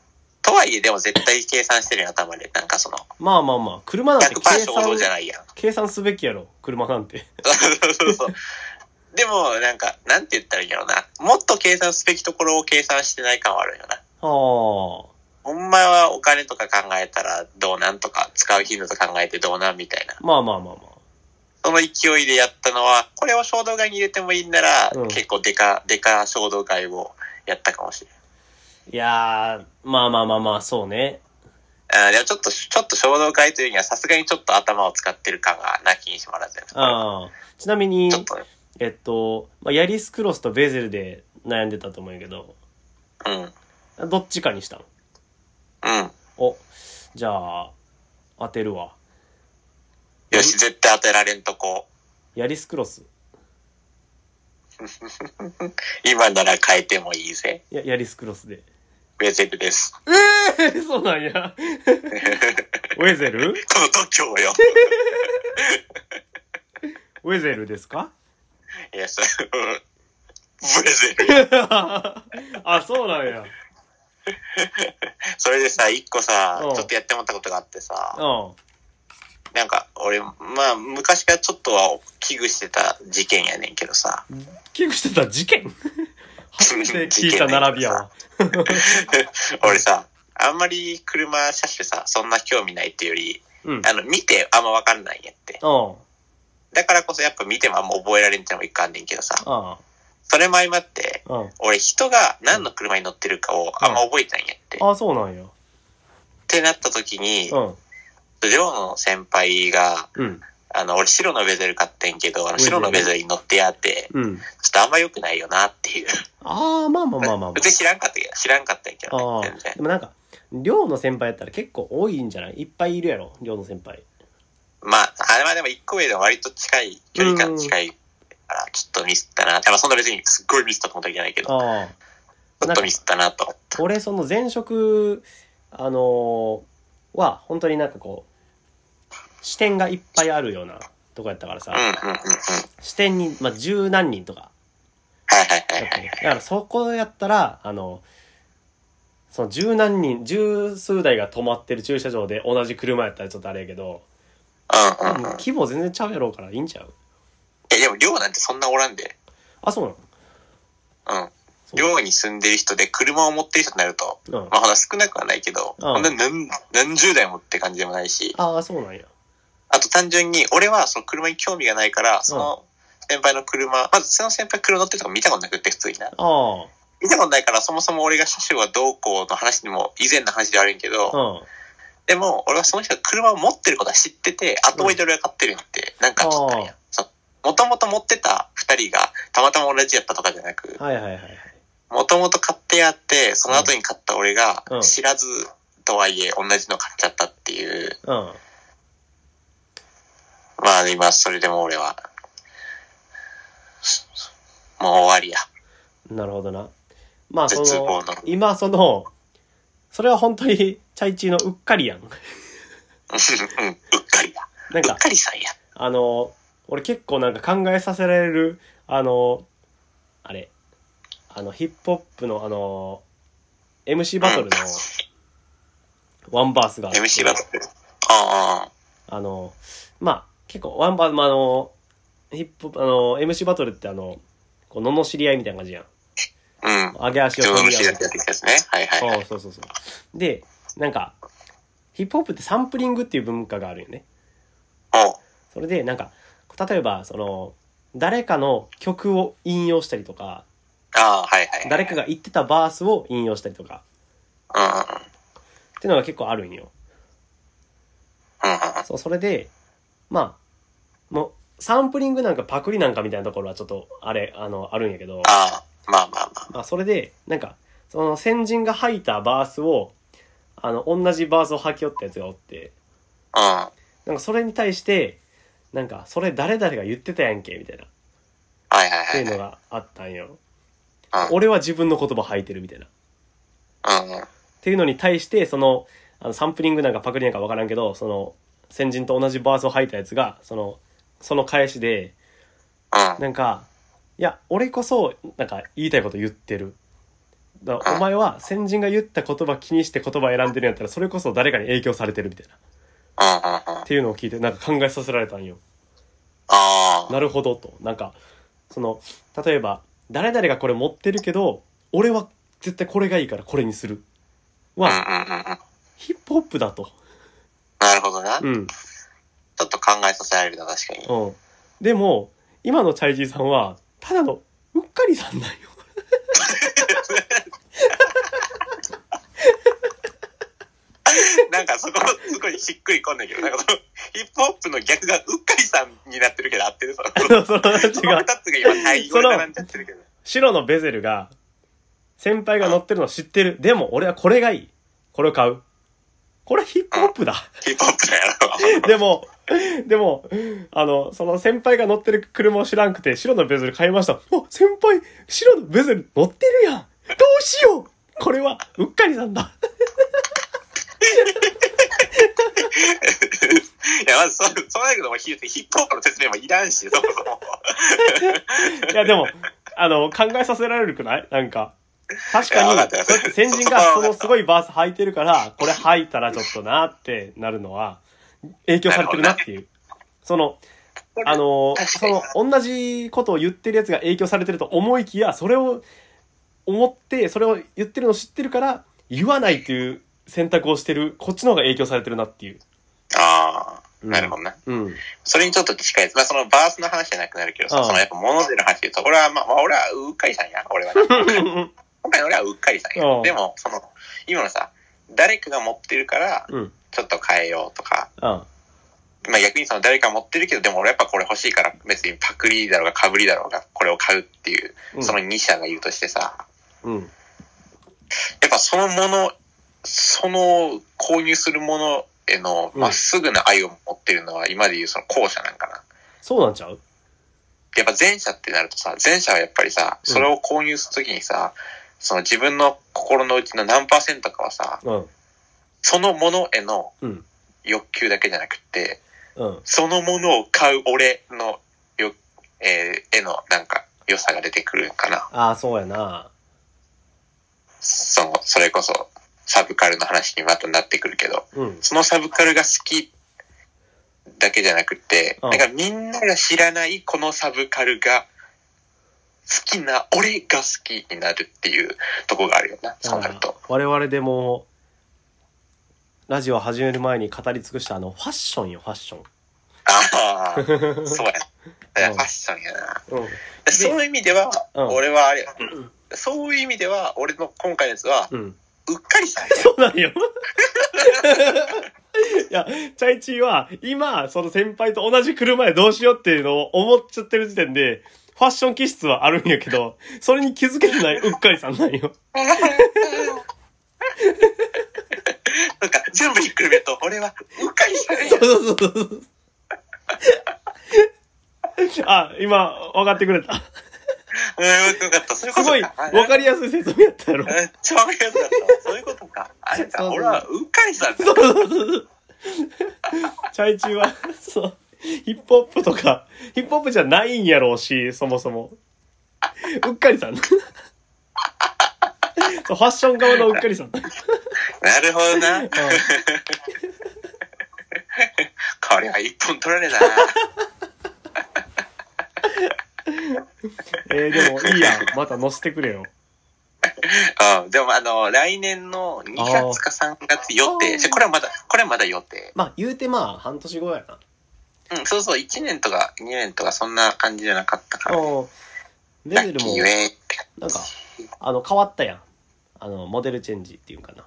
[SPEAKER 1] と
[SPEAKER 2] とはいえでも絶対計算してるよ頭で。なんかその、
[SPEAKER 1] まあまあまあ、車なんて
[SPEAKER 2] 100%
[SPEAKER 1] 計
[SPEAKER 2] 衝動じゃ
[SPEAKER 1] 算、
[SPEAKER 2] ないやん。
[SPEAKER 1] 計算すべきやろ、車なんて。
[SPEAKER 2] そうそうそう。でも、なんか、なんて言ったらいいんやろな。もっと計算すべきところを計算してない感はあるんよな。
[SPEAKER 1] は
[SPEAKER 2] ほんまはお金とか考えたらどうなんとか、使う頻度と考えてどうなんみたいな。
[SPEAKER 1] あ。まあまあまあまあ。
[SPEAKER 2] その勢いでやったのは、これを衝動買いに入れてもいいんなら、
[SPEAKER 1] うん
[SPEAKER 2] 結構デカ、デカ衝動買いをやったかもしれ
[SPEAKER 1] いやー、まあまあまあまあ、そうね。
[SPEAKER 2] ない。あーでもちょっと、ちょっと衝動買いというにはさすがにちょっと頭を使ってる感がなきにしもあらずやな
[SPEAKER 1] ああ。ちなみに
[SPEAKER 2] ち、ょっとね、
[SPEAKER 1] えっと、まあ、ヤリスクロスとベゼルで悩んでたと思うんやけど、
[SPEAKER 2] うん。うん。
[SPEAKER 1] どっちかにしたのお、じゃあ、当てるわ。
[SPEAKER 2] よし、絶対当てられんとこ。
[SPEAKER 1] ヤリスクロス。
[SPEAKER 2] 今なら変えてもいいぜ。
[SPEAKER 1] いや、ヤリスクロスで。
[SPEAKER 2] ベゼルです。
[SPEAKER 1] ええー、 そうなんや。ウェゼル
[SPEAKER 2] この度胸よ。
[SPEAKER 1] ウェゼルですか
[SPEAKER 2] い や、そう、ベゼル。
[SPEAKER 1] あ、そうなんや。
[SPEAKER 2] それでさ、一個さ
[SPEAKER 1] うん、
[SPEAKER 2] ちょっとやってもらったことがあってさ、
[SPEAKER 1] うん。
[SPEAKER 2] なんか、俺、まあ、昔からちょっとは危惧してた事件やねんけどさ、
[SPEAKER 1] 危惧してた事件初めて聞いた並びやわ。
[SPEAKER 2] 俺さ、あんまり車車種さ、そんな興味ないっていうより、
[SPEAKER 1] うん。うん。
[SPEAKER 2] あの、見てあんまわかんないんやって。
[SPEAKER 1] あ
[SPEAKER 2] だからこそやっぱ見てもあんま覚えられんってのも一個あんねんけどさ、
[SPEAKER 1] あ。
[SPEAKER 2] それも相まって、
[SPEAKER 1] うん。
[SPEAKER 2] 俺人が何の車に乗ってるかをあんま覚えてないんやって。っ
[SPEAKER 1] ああ、そうなんや。
[SPEAKER 2] てなった時に、
[SPEAKER 1] うん。
[SPEAKER 2] 寮の先輩が、
[SPEAKER 1] うん。
[SPEAKER 2] あの、俺白のベゼル買ってんけど、あの
[SPEAKER 1] ベゼル
[SPEAKER 2] 白のベゼルに乗ってやって、
[SPEAKER 1] うん。
[SPEAKER 2] ちょっとあんま良くないよなっていう。
[SPEAKER 1] ああ、まあまあまあまあま
[SPEAKER 2] 別に知らんかったけど、知らんかったんやけ
[SPEAKER 1] あ。
[SPEAKER 2] ど
[SPEAKER 1] あ
[SPEAKER 2] ね、
[SPEAKER 1] あ
[SPEAKER 2] 全 然。。
[SPEAKER 1] でもなんか、寮の先輩やったら結構多いんじゃないいっぱいいるやろ、寮の先輩。
[SPEAKER 2] まあ、あれはでも一個上でも割と近い、距離感近いから、ちょっとミスったな。でもそんな別にすっごいミスったと思ったわけじゃないけど、ち
[SPEAKER 1] ああ。
[SPEAKER 2] ょっとミスったなと思った。
[SPEAKER 1] 俺、その前職、あのーは、本当になんかこう、視点がいっぱいあるようなとこやったからさ
[SPEAKER 2] うん、うんうんうん。はい
[SPEAKER 1] 視点に、まあ、十何人とか
[SPEAKER 2] はいは
[SPEAKER 1] だ
[SPEAKER 2] い
[SPEAKER 1] った
[SPEAKER 2] は
[SPEAKER 1] ね
[SPEAKER 2] い。
[SPEAKER 1] だからそこやったら、あの、その十何人、十数台が止まってる駐車場で同じ車やったらちょっとあれやけど、
[SPEAKER 2] うんうんうん。
[SPEAKER 1] 規模全然ちゃうやろうからいいんちゃう
[SPEAKER 2] え、でも寮なんてそんなおらんで。
[SPEAKER 1] あ、そう
[SPEAKER 2] うん
[SPEAKER 1] そ。う
[SPEAKER 2] 寮に住んでる人で車を持ってる人になると、
[SPEAKER 1] なのうん。
[SPEAKER 2] まあほら少なくはないけど、
[SPEAKER 1] ん
[SPEAKER 2] ほんな何何十台もって感じでもないし、
[SPEAKER 1] ああ、そうなんや。
[SPEAKER 2] あと単純に俺はその車に興味がないから、その先輩の車、まずその先輩車乗ってるとか見たことなくて普通にな。
[SPEAKER 1] あ
[SPEAKER 2] 見たことないからそもそも俺が車種はどうこうの話にも以前の話ではあるんやけど、
[SPEAKER 1] あ、うん。
[SPEAKER 2] でも、俺はその人が車を持ってることは知ってて、後追いで俺が買ってるんやって、なんかちょっと
[SPEAKER 1] あ
[SPEAKER 2] ね、もともと持ってた二人がたまたま同じやったとかじゃなく、
[SPEAKER 1] はいはいはいはい。
[SPEAKER 2] もともと買ってやって、その後に買った俺が
[SPEAKER 1] うん、
[SPEAKER 2] 知らずとはいえ同じの買っちゃったっていう、
[SPEAKER 1] うん。
[SPEAKER 2] まあ今それでも俺は、もう終わりや。
[SPEAKER 1] なるほどな。まあそ
[SPEAKER 2] 絶望
[SPEAKER 1] の
[SPEAKER 2] の、
[SPEAKER 1] 今その、それは本当にチャイチーのうっかり やん。
[SPEAKER 2] うん、うっかりや。
[SPEAKER 1] なん
[SPEAKER 2] うっ
[SPEAKER 1] か、
[SPEAKER 2] かりさんや。
[SPEAKER 1] あの、俺結構なんか考えさせられる、あの、あれ、あのヒップホップのあの、MC バトルのワンバースがあって
[SPEAKER 2] MC バトル。あ
[SPEAKER 1] あの、まあ、結構ワンバース、まあ、あの、ヒップホップ、あの、MC バトルってあの、こう、罵り合いみたいな感じやん。
[SPEAKER 2] あ、うん。
[SPEAKER 1] 上げ足を
[SPEAKER 2] 自分の
[SPEAKER 1] 取り
[SPEAKER 2] 虫
[SPEAKER 1] 合う
[SPEAKER 2] だ
[SPEAKER 1] みたいな
[SPEAKER 2] ってやってきたやつね。はいはいはい。
[SPEAKER 1] そうそうそうそう。で、なんか、ヒップホップってサンプリングっていう文化があるよね。
[SPEAKER 2] おう
[SPEAKER 1] それで、なんか、例えば、その、誰かの曲を引用したりとか、
[SPEAKER 2] ああ、はいはい。
[SPEAKER 1] 誰かが言ってたバースを引用したりとか、
[SPEAKER 2] うんうんうん。
[SPEAKER 1] っていうのが結構あるんよ。
[SPEAKER 2] うんうんうん
[SPEAKER 1] そう、それで、まあ、もう、サンプリングなんかパクリなんかみたいなところはちょっと、あれ、あの、あるんやけど、
[SPEAKER 2] ああ、まあまあまあ。
[SPEAKER 1] まあ、それで、なんか、その先人が吐いたバースを、あの、同じバースを吐き寄ったやつがおって、
[SPEAKER 2] うん。
[SPEAKER 1] なんかそれに対して、なんか、それ誰々が言ってたやんけ、みたいな、っ
[SPEAKER 2] はいはい
[SPEAKER 1] てう
[SPEAKER 2] はいい。うん
[SPEAKER 1] のがあったんよ。俺は自分の言葉吐いてるみたいな。っ
[SPEAKER 2] うんうん。
[SPEAKER 1] ていうのに対して、その、あのサンプリングなんかパクリなんかわからんけど、その、先人と同じバースを吐いたやつが、その、その返しで、
[SPEAKER 2] うん。
[SPEAKER 1] なんか、いや、俺こそ、なんか、言いたいこと言ってる。だからお前は先人が言った言葉気にして言葉選んでるんやったら、それこそ誰かに影響されてるみたいな。っ
[SPEAKER 2] うんうんうん。
[SPEAKER 1] ていうのを聞いて、なんか考えさせられたんよ。
[SPEAKER 2] ああ。
[SPEAKER 1] なるほどと。なんか、その、例えば、誰々がこれ持ってるけど、俺は絶対これがいいからこれにする。
[SPEAKER 2] うんう
[SPEAKER 1] は、
[SPEAKER 2] んうんうん。
[SPEAKER 1] ヒップホップだと。
[SPEAKER 2] なるほどな。ち
[SPEAKER 1] う
[SPEAKER 2] ょ
[SPEAKER 1] ん。
[SPEAKER 2] っと考えさせられるな、確かに。
[SPEAKER 1] うん。でも、今のチャイジーさんは、ただの、うっかりさんだよ。
[SPEAKER 2] なんかそこ、すごいしっくりこんだけど、なんかその、ヒップホップの逆がうっかりさんになってるけど、合ってるその、
[SPEAKER 1] その違
[SPEAKER 2] その
[SPEAKER 1] う。
[SPEAKER 2] 二つが今、対応に並んじゃってるけど。
[SPEAKER 1] 白のベゼルが、先輩が乗ってるの知ってる。でも、俺はこれがいい。これを買う。これはヒップホップだ。
[SPEAKER 2] ヒップホップだよ
[SPEAKER 1] でも、でも、あの、その先輩が乗ってる車を知らんくて、白のベゼル買いました。お、先輩、白のベゼル乗ってるやんどうしようこれは、うっかりさんだ。
[SPEAKER 2] な。いや、まずそう、そうだけども、ヒップホップの説明もいらんし、そもそも。
[SPEAKER 1] いや、でも、あの、考えさせられるくないなんか。確
[SPEAKER 2] いや
[SPEAKER 1] か
[SPEAKER 2] わ
[SPEAKER 1] に、
[SPEAKER 2] か
[SPEAKER 1] だ
[SPEAKER 2] っ
[SPEAKER 1] ったて
[SPEAKER 2] よ
[SPEAKER 1] 先人がそのすごいバース履いてるから、これ履いたらちょっとなってなるのは、影響されてるなっていう。その、あの、
[SPEAKER 2] 確
[SPEAKER 1] そ
[SPEAKER 2] かに
[SPEAKER 1] の、同じことを言ってるやつが影響されてると思いきや、それを思って、それを言ってるのを知ってるから、言わないっていう選択をしてる、こっちの方が影響されてるなっていう。
[SPEAKER 2] ああ、なるほどな。
[SPEAKER 1] うん。
[SPEAKER 2] それにちょっと近いです。まあ、そのバースの話じゃなくなるけどさ、
[SPEAKER 1] うん
[SPEAKER 2] そのやっぱモノゼの話で言うと、俺はまあ、まあ、俺はうっかりさんや。俺は な。今回の俺はうっかりさん
[SPEAKER 1] うん
[SPEAKER 2] や。でも、その、今のさ、誰かが持ってるから、
[SPEAKER 1] うん。
[SPEAKER 2] ちょっと変えようとか、
[SPEAKER 1] うん。
[SPEAKER 2] まあ逆にその誰か持ってるけど、でも俺やっぱこれ欲しいから、別にパクリだろうが被りだろうが、これを買うっていう、
[SPEAKER 1] うん
[SPEAKER 2] その2社がいるとしてさ、
[SPEAKER 1] うん。
[SPEAKER 2] やっぱそのもの、その購入するものへの
[SPEAKER 1] うん
[SPEAKER 2] まっすぐな愛を持ってるのは、今で言うその後者なんかな。
[SPEAKER 1] そうなんちゃう
[SPEAKER 2] やっぱ前者ってなるとさ、前者はやっぱりさ、
[SPEAKER 1] うん
[SPEAKER 2] それを購入するときにさ、その自分の心の内の何パーセントかはさ、
[SPEAKER 1] うん。
[SPEAKER 2] そのものへの
[SPEAKER 1] うん。
[SPEAKER 2] 欲求だけじゃなくて、
[SPEAKER 1] うん。
[SPEAKER 2] そのものを買う俺のよ、えー、へのなんか良さが出てくるかな。
[SPEAKER 1] ああ、そうやな。
[SPEAKER 2] その、それこそサブカルの話にまたなってくるけど、
[SPEAKER 1] うん。
[SPEAKER 2] そのサブカルが好きだけじゃなくて、
[SPEAKER 1] うん
[SPEAKER 2] なんかみんなが知らないこのサブカルが好きな俺が好きになるっていうとこがあるよな、そうなると。
[SPEAKER 1] 我々でも、ラジオ始める前に語り尽くしたあの、ファッションよ、ファッション。
[SPEAKER 2] ああ、そうや。だから
[SPEAKER 1] うん
[SPEAKER 2] ファッションやな。
[SPEAKER 1] うん。
[SPEAKER 2] でそういう意味では、
[SPEAKER 1] うん
[SPEAKER 2] 俺はあれ、そういう意味では、俺の今回のやつは、
[SPEAKER 1] うん。
[SPEAKER 2] うっかりさんや。
[SPEAKER 1] そうなんよ。 いや、チャイチーは、今、その先輩と同じ車でどうしようっていうのを思っちゃってる時点で、ファッション気質はあるんやけど、それに気づけてないうっかりさんなんよ。
[SPEAKER 2] なんか、全部ひっくるめると、俺はうっかりさんや。
[SPEAKER 1] そうそうそうそう。 あ、今、分かってくれた。
[SPEAKER 2] うん、よかった。そうい
[SPEAKER 1] す
[SPEAKER 2] うこと
[SPEAKER 1] ごい、
[SPEAKER 2] か。あ
[SPEAKER 1] 分かりやすい説明やったやろ。
[SPEAKER 2] めっちゃわかりやすかった。そういうことか。あ
[SPEAKER 1] そ
[SPEAKER 2] れ
[SPEAKER 1] う
[SPEAKER 2] か、
[SPEAKER 1] そう
[SPEAKER 2] 俺はうっかりさんだ。
[SPEAKER 1] チャイチーは、 そう、ヒップホップとか、ヒップホップじゃないんやろうし、そもそも。うっかりさん。 そうファッション側のうっかりさ ん。
[SPEAKER 2] なるほどな。
[SPEAKER 1] う
[SPEAKER 2] これは一本取られたな。
[SPEAKER 1] んえー、でもいいやん。また載せてくれよ。
[SPEAKER 2] うん、でもあの、来年の2月か3月予
[SPEAKER 1] あー
[SPEAKER 2] 定。じゃこれはまだ、これはまだ予定。
[SPEAKER 1] まあ、言うてまあ、半年後やな。
[SPEAKER 2] うん、そうそう、1年とか2年とかそんな感じじゃなかったから。
[SPEAKER 1] うん。レ
[SPEAKER 2] ラ
[SPEAKER 1] ベ
[SPEAKER 2] ッ
[SPEAKER 1] ル
[SPEAKER 2] キ
[SPEAKER 1] も
[SPEAKER 2] ー、ゆえって感
[SPEAKER 1] なんか、あの、変わったやん。あの、モデルチェンジっていうんかな。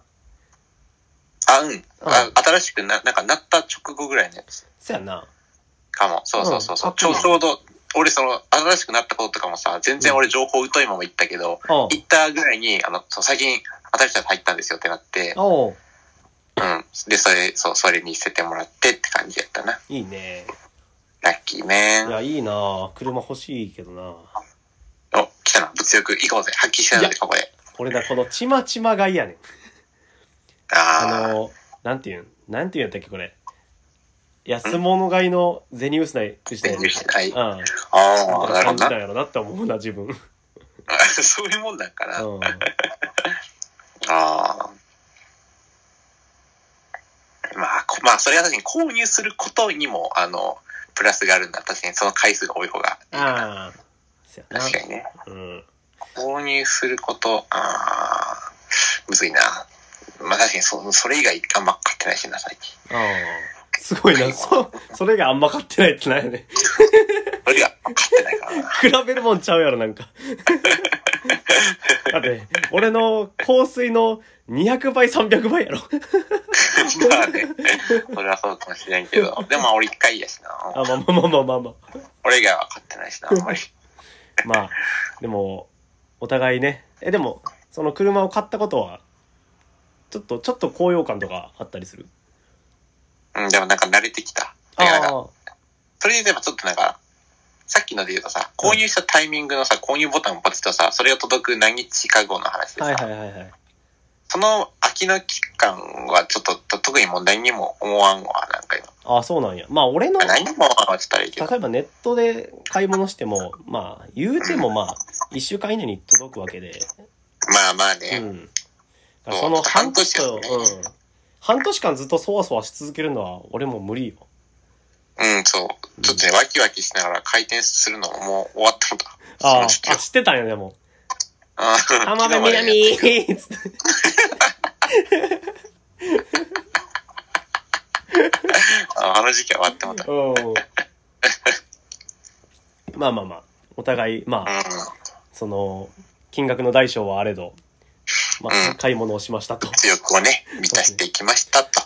[SPEAKER 2] あ、うん。あ新しくな、なんかなった直後ぐらいのやつ
[SPEAKER 1] そやな。
[SPEAKER 2] かも。そうそうそうそう、
[SPEAKER 1] うん
[SPEAKER 2] ちょう。
[SPEAKER 1] あ
[SPEAKER 2] ちょうど、俺その、新しくなったこととかもさ、全然俺情報疎いまま言ったけど、
[SPEAKER 1] おう
[SPEAKER 2] 行ったぐらいに、あの、そう最近、新しいやつ入ったんですよってなって、
[SPEAKER 1] おう
[SPEAKER 2] うん。で、それ、そう、それに捨ててもらってって感じやったな。
[SPEAKER 1] いいね。
[SPEAKER 2] ラッキーね
[SPEAKER 1] いや、いいな車欲しいけどな
[SPEAKER 2] お、来たな。物欲行こうぜ。発揮してない
[SPEAKER 1] い
[SPEAKER 2] で、
[SPEAKER 1] やこ
[SPEAKER 2] ここで。
[SPEAKER 1] 俺だ、このちまちまが嫌ねん。
[SPEAKER 2] あ
[SPEAKER 1] あ
[SPEAKER 2] ー
[SPEAKER 1] の、なんていうん、なんていうんやったっけ、これ。安物買いの銭失い、失い。
[SPEAKER 2] 全入してない。
[SPEAKER 1] うん。な
[SPEAKER 2] ああ、なる
[SPEAKER 1] 感
[SPEAKER 2] ほ
[SPEAKER 1] じな
[SPEAKER 2] どな。
[SPEAKER 1] んやろなって思うな、自分。うん。
[SPEAKER 2] そういうもんなんかな。ああー。まあ、こまあ、それは確かに購入することにも、あの、プラスがあるんだ。確かにその回数が多い方が。
[SPEAKER 1] ああ。そやな。
[SPEAKER 2] 確かにね。
[SPEAKER 1] うん。
[SPEAKER 2] 購入すること、ああ、むずいな。まあ確かにそ、それ以外あんま買ってないしな、最近。
[SPEAKER 1] ああ。すごいな、そ、それがあんま買ってないってなんやね。
[SPEAKER 2] それが買ってないから な。
[SPEAKER 1] 比べるもんちゃうやろ、なんか。 だって、俺の香水の200倍、300倍やろ。
[SPEAKER 2] まあね、それはそうかもしれんけど。でもまあ俺一回やし
[SPEAKER 1] あ、
[SPEAKER 2] な。
[SPEAKER 1] まあまあまあまあまあまあ。
[SPEAKER 2] 俺以外は買ってないしな、あんまり。
[SPEAKER 1] まあ、でも、お互いね。え、でも、その車を買ったことは、ちょっと、ちょっと高揚感とかあったりする。
[SPEAKER 2] うん、でもなんか慣れてきた。てかなんか、
[SPEAKER 1] あ
[SPEAKER 2] それで言えばちょっとなんか、さっきので言うとさ、購入したタイミングのさ、購入ボタンをポチッとさ、それが届く何日か後の話で
[SPEAKER 1] あ、
[SPEAKER 2] さ、
[SPEAKER 1] はいはいはいはい。
[SPEAKER 2] その空きの期間はちょっとと特に問題にも思わんわ、なんか今。
[SPEAKER 1] ああ、そうなんや。まあ、俺の、
[SPEAKER 2] あ
[SPEAKER 1] 例
[SPEAKER 2] 何にも思わんわって言ったらいいけど。
[SPEAKER 1] えばネットで買い物しても、まあ、言うてもまあ、1週間以内に届くわけで、
[SPEAKER 2] まあまあ
[SPEAKER 1] う
[SPEAKER 2] ね。
[SPEAKER 1] ん。だからその半年と、うん
[SPEAKER 2] 半年。
[SPEAKER 1] 半年間ずっとそわそわし続けるのは、俺も無理よ。
[SPEAKER 2] うん、そう。ちょっとね、ワキワキしながら回転するのももう終わったのだ。
[SPEAKER 1] ああ、あ
[SPEAKER 2] その時
[SPEAKER 1] 知ってたんや、でも。
[SPEAKER 2] はうん
[SPEAKER 1] 浜辺
[SPEAKER 2] 昨日まで
[SPEAKER 1] 南 つって。
[SPEAKER 2] ああの時期は終わってもた。
[SPEAKER 1] うん。まあまあまあ、お互い、まあ、
[SPEAKER 2] うん。
[SPEAKER 1] その、金額の大小はあれど、ま
[SPEAKER 2] う
[SPEAKER 1] あ、
[SPEAKER 2] ん
[SPEAKER 1] 買い物をしましたと。
[SPEAKER 2] 強くをね、満たしていきましたと。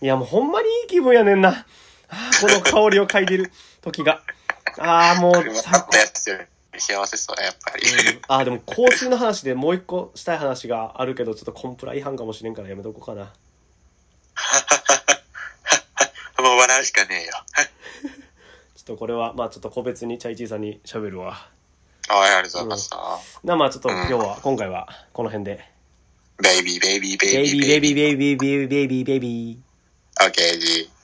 [SPEAKER 1] いや、もうほんまにいい気分やねんな。あーこの香りを嗅いでる時が。ああ、もう
[SPEAKER 2] あ
[SPEAKER 1] 最
[SPEAKER 2] っ
[SPEAKER 1] 高
[SPEAKER 2] た。やつより幸せそうだ、やっぱり。
[SPEAKER 1] うんあーでも香水の話でもう一個したい話があるけどちょっとコンプラ違反かもしれんからやめとこうかな
[SPEAKER 2] もう笑うしかねえよ。
[SPEAKER 1] ちょっとこれはまあちょっと個別にチャイチーさんに喋るわ
[SPEAKER 2] はい、ありがとうございました。
[SPEAKER 1] なまあちょっと今日は今回はこの辺で
[SPEAKER 2] ベイビーベイビーベ
[SPEAKER 1] ベ
[SPEAKER 2] イ
[SPEAKER 1] イビ
[SPEAKER 2] ビー
[SPEAKER 1] ーベイビーベイビーベイビーベイビーベイビー。
[SPEAKER 2] ー。オッケージー。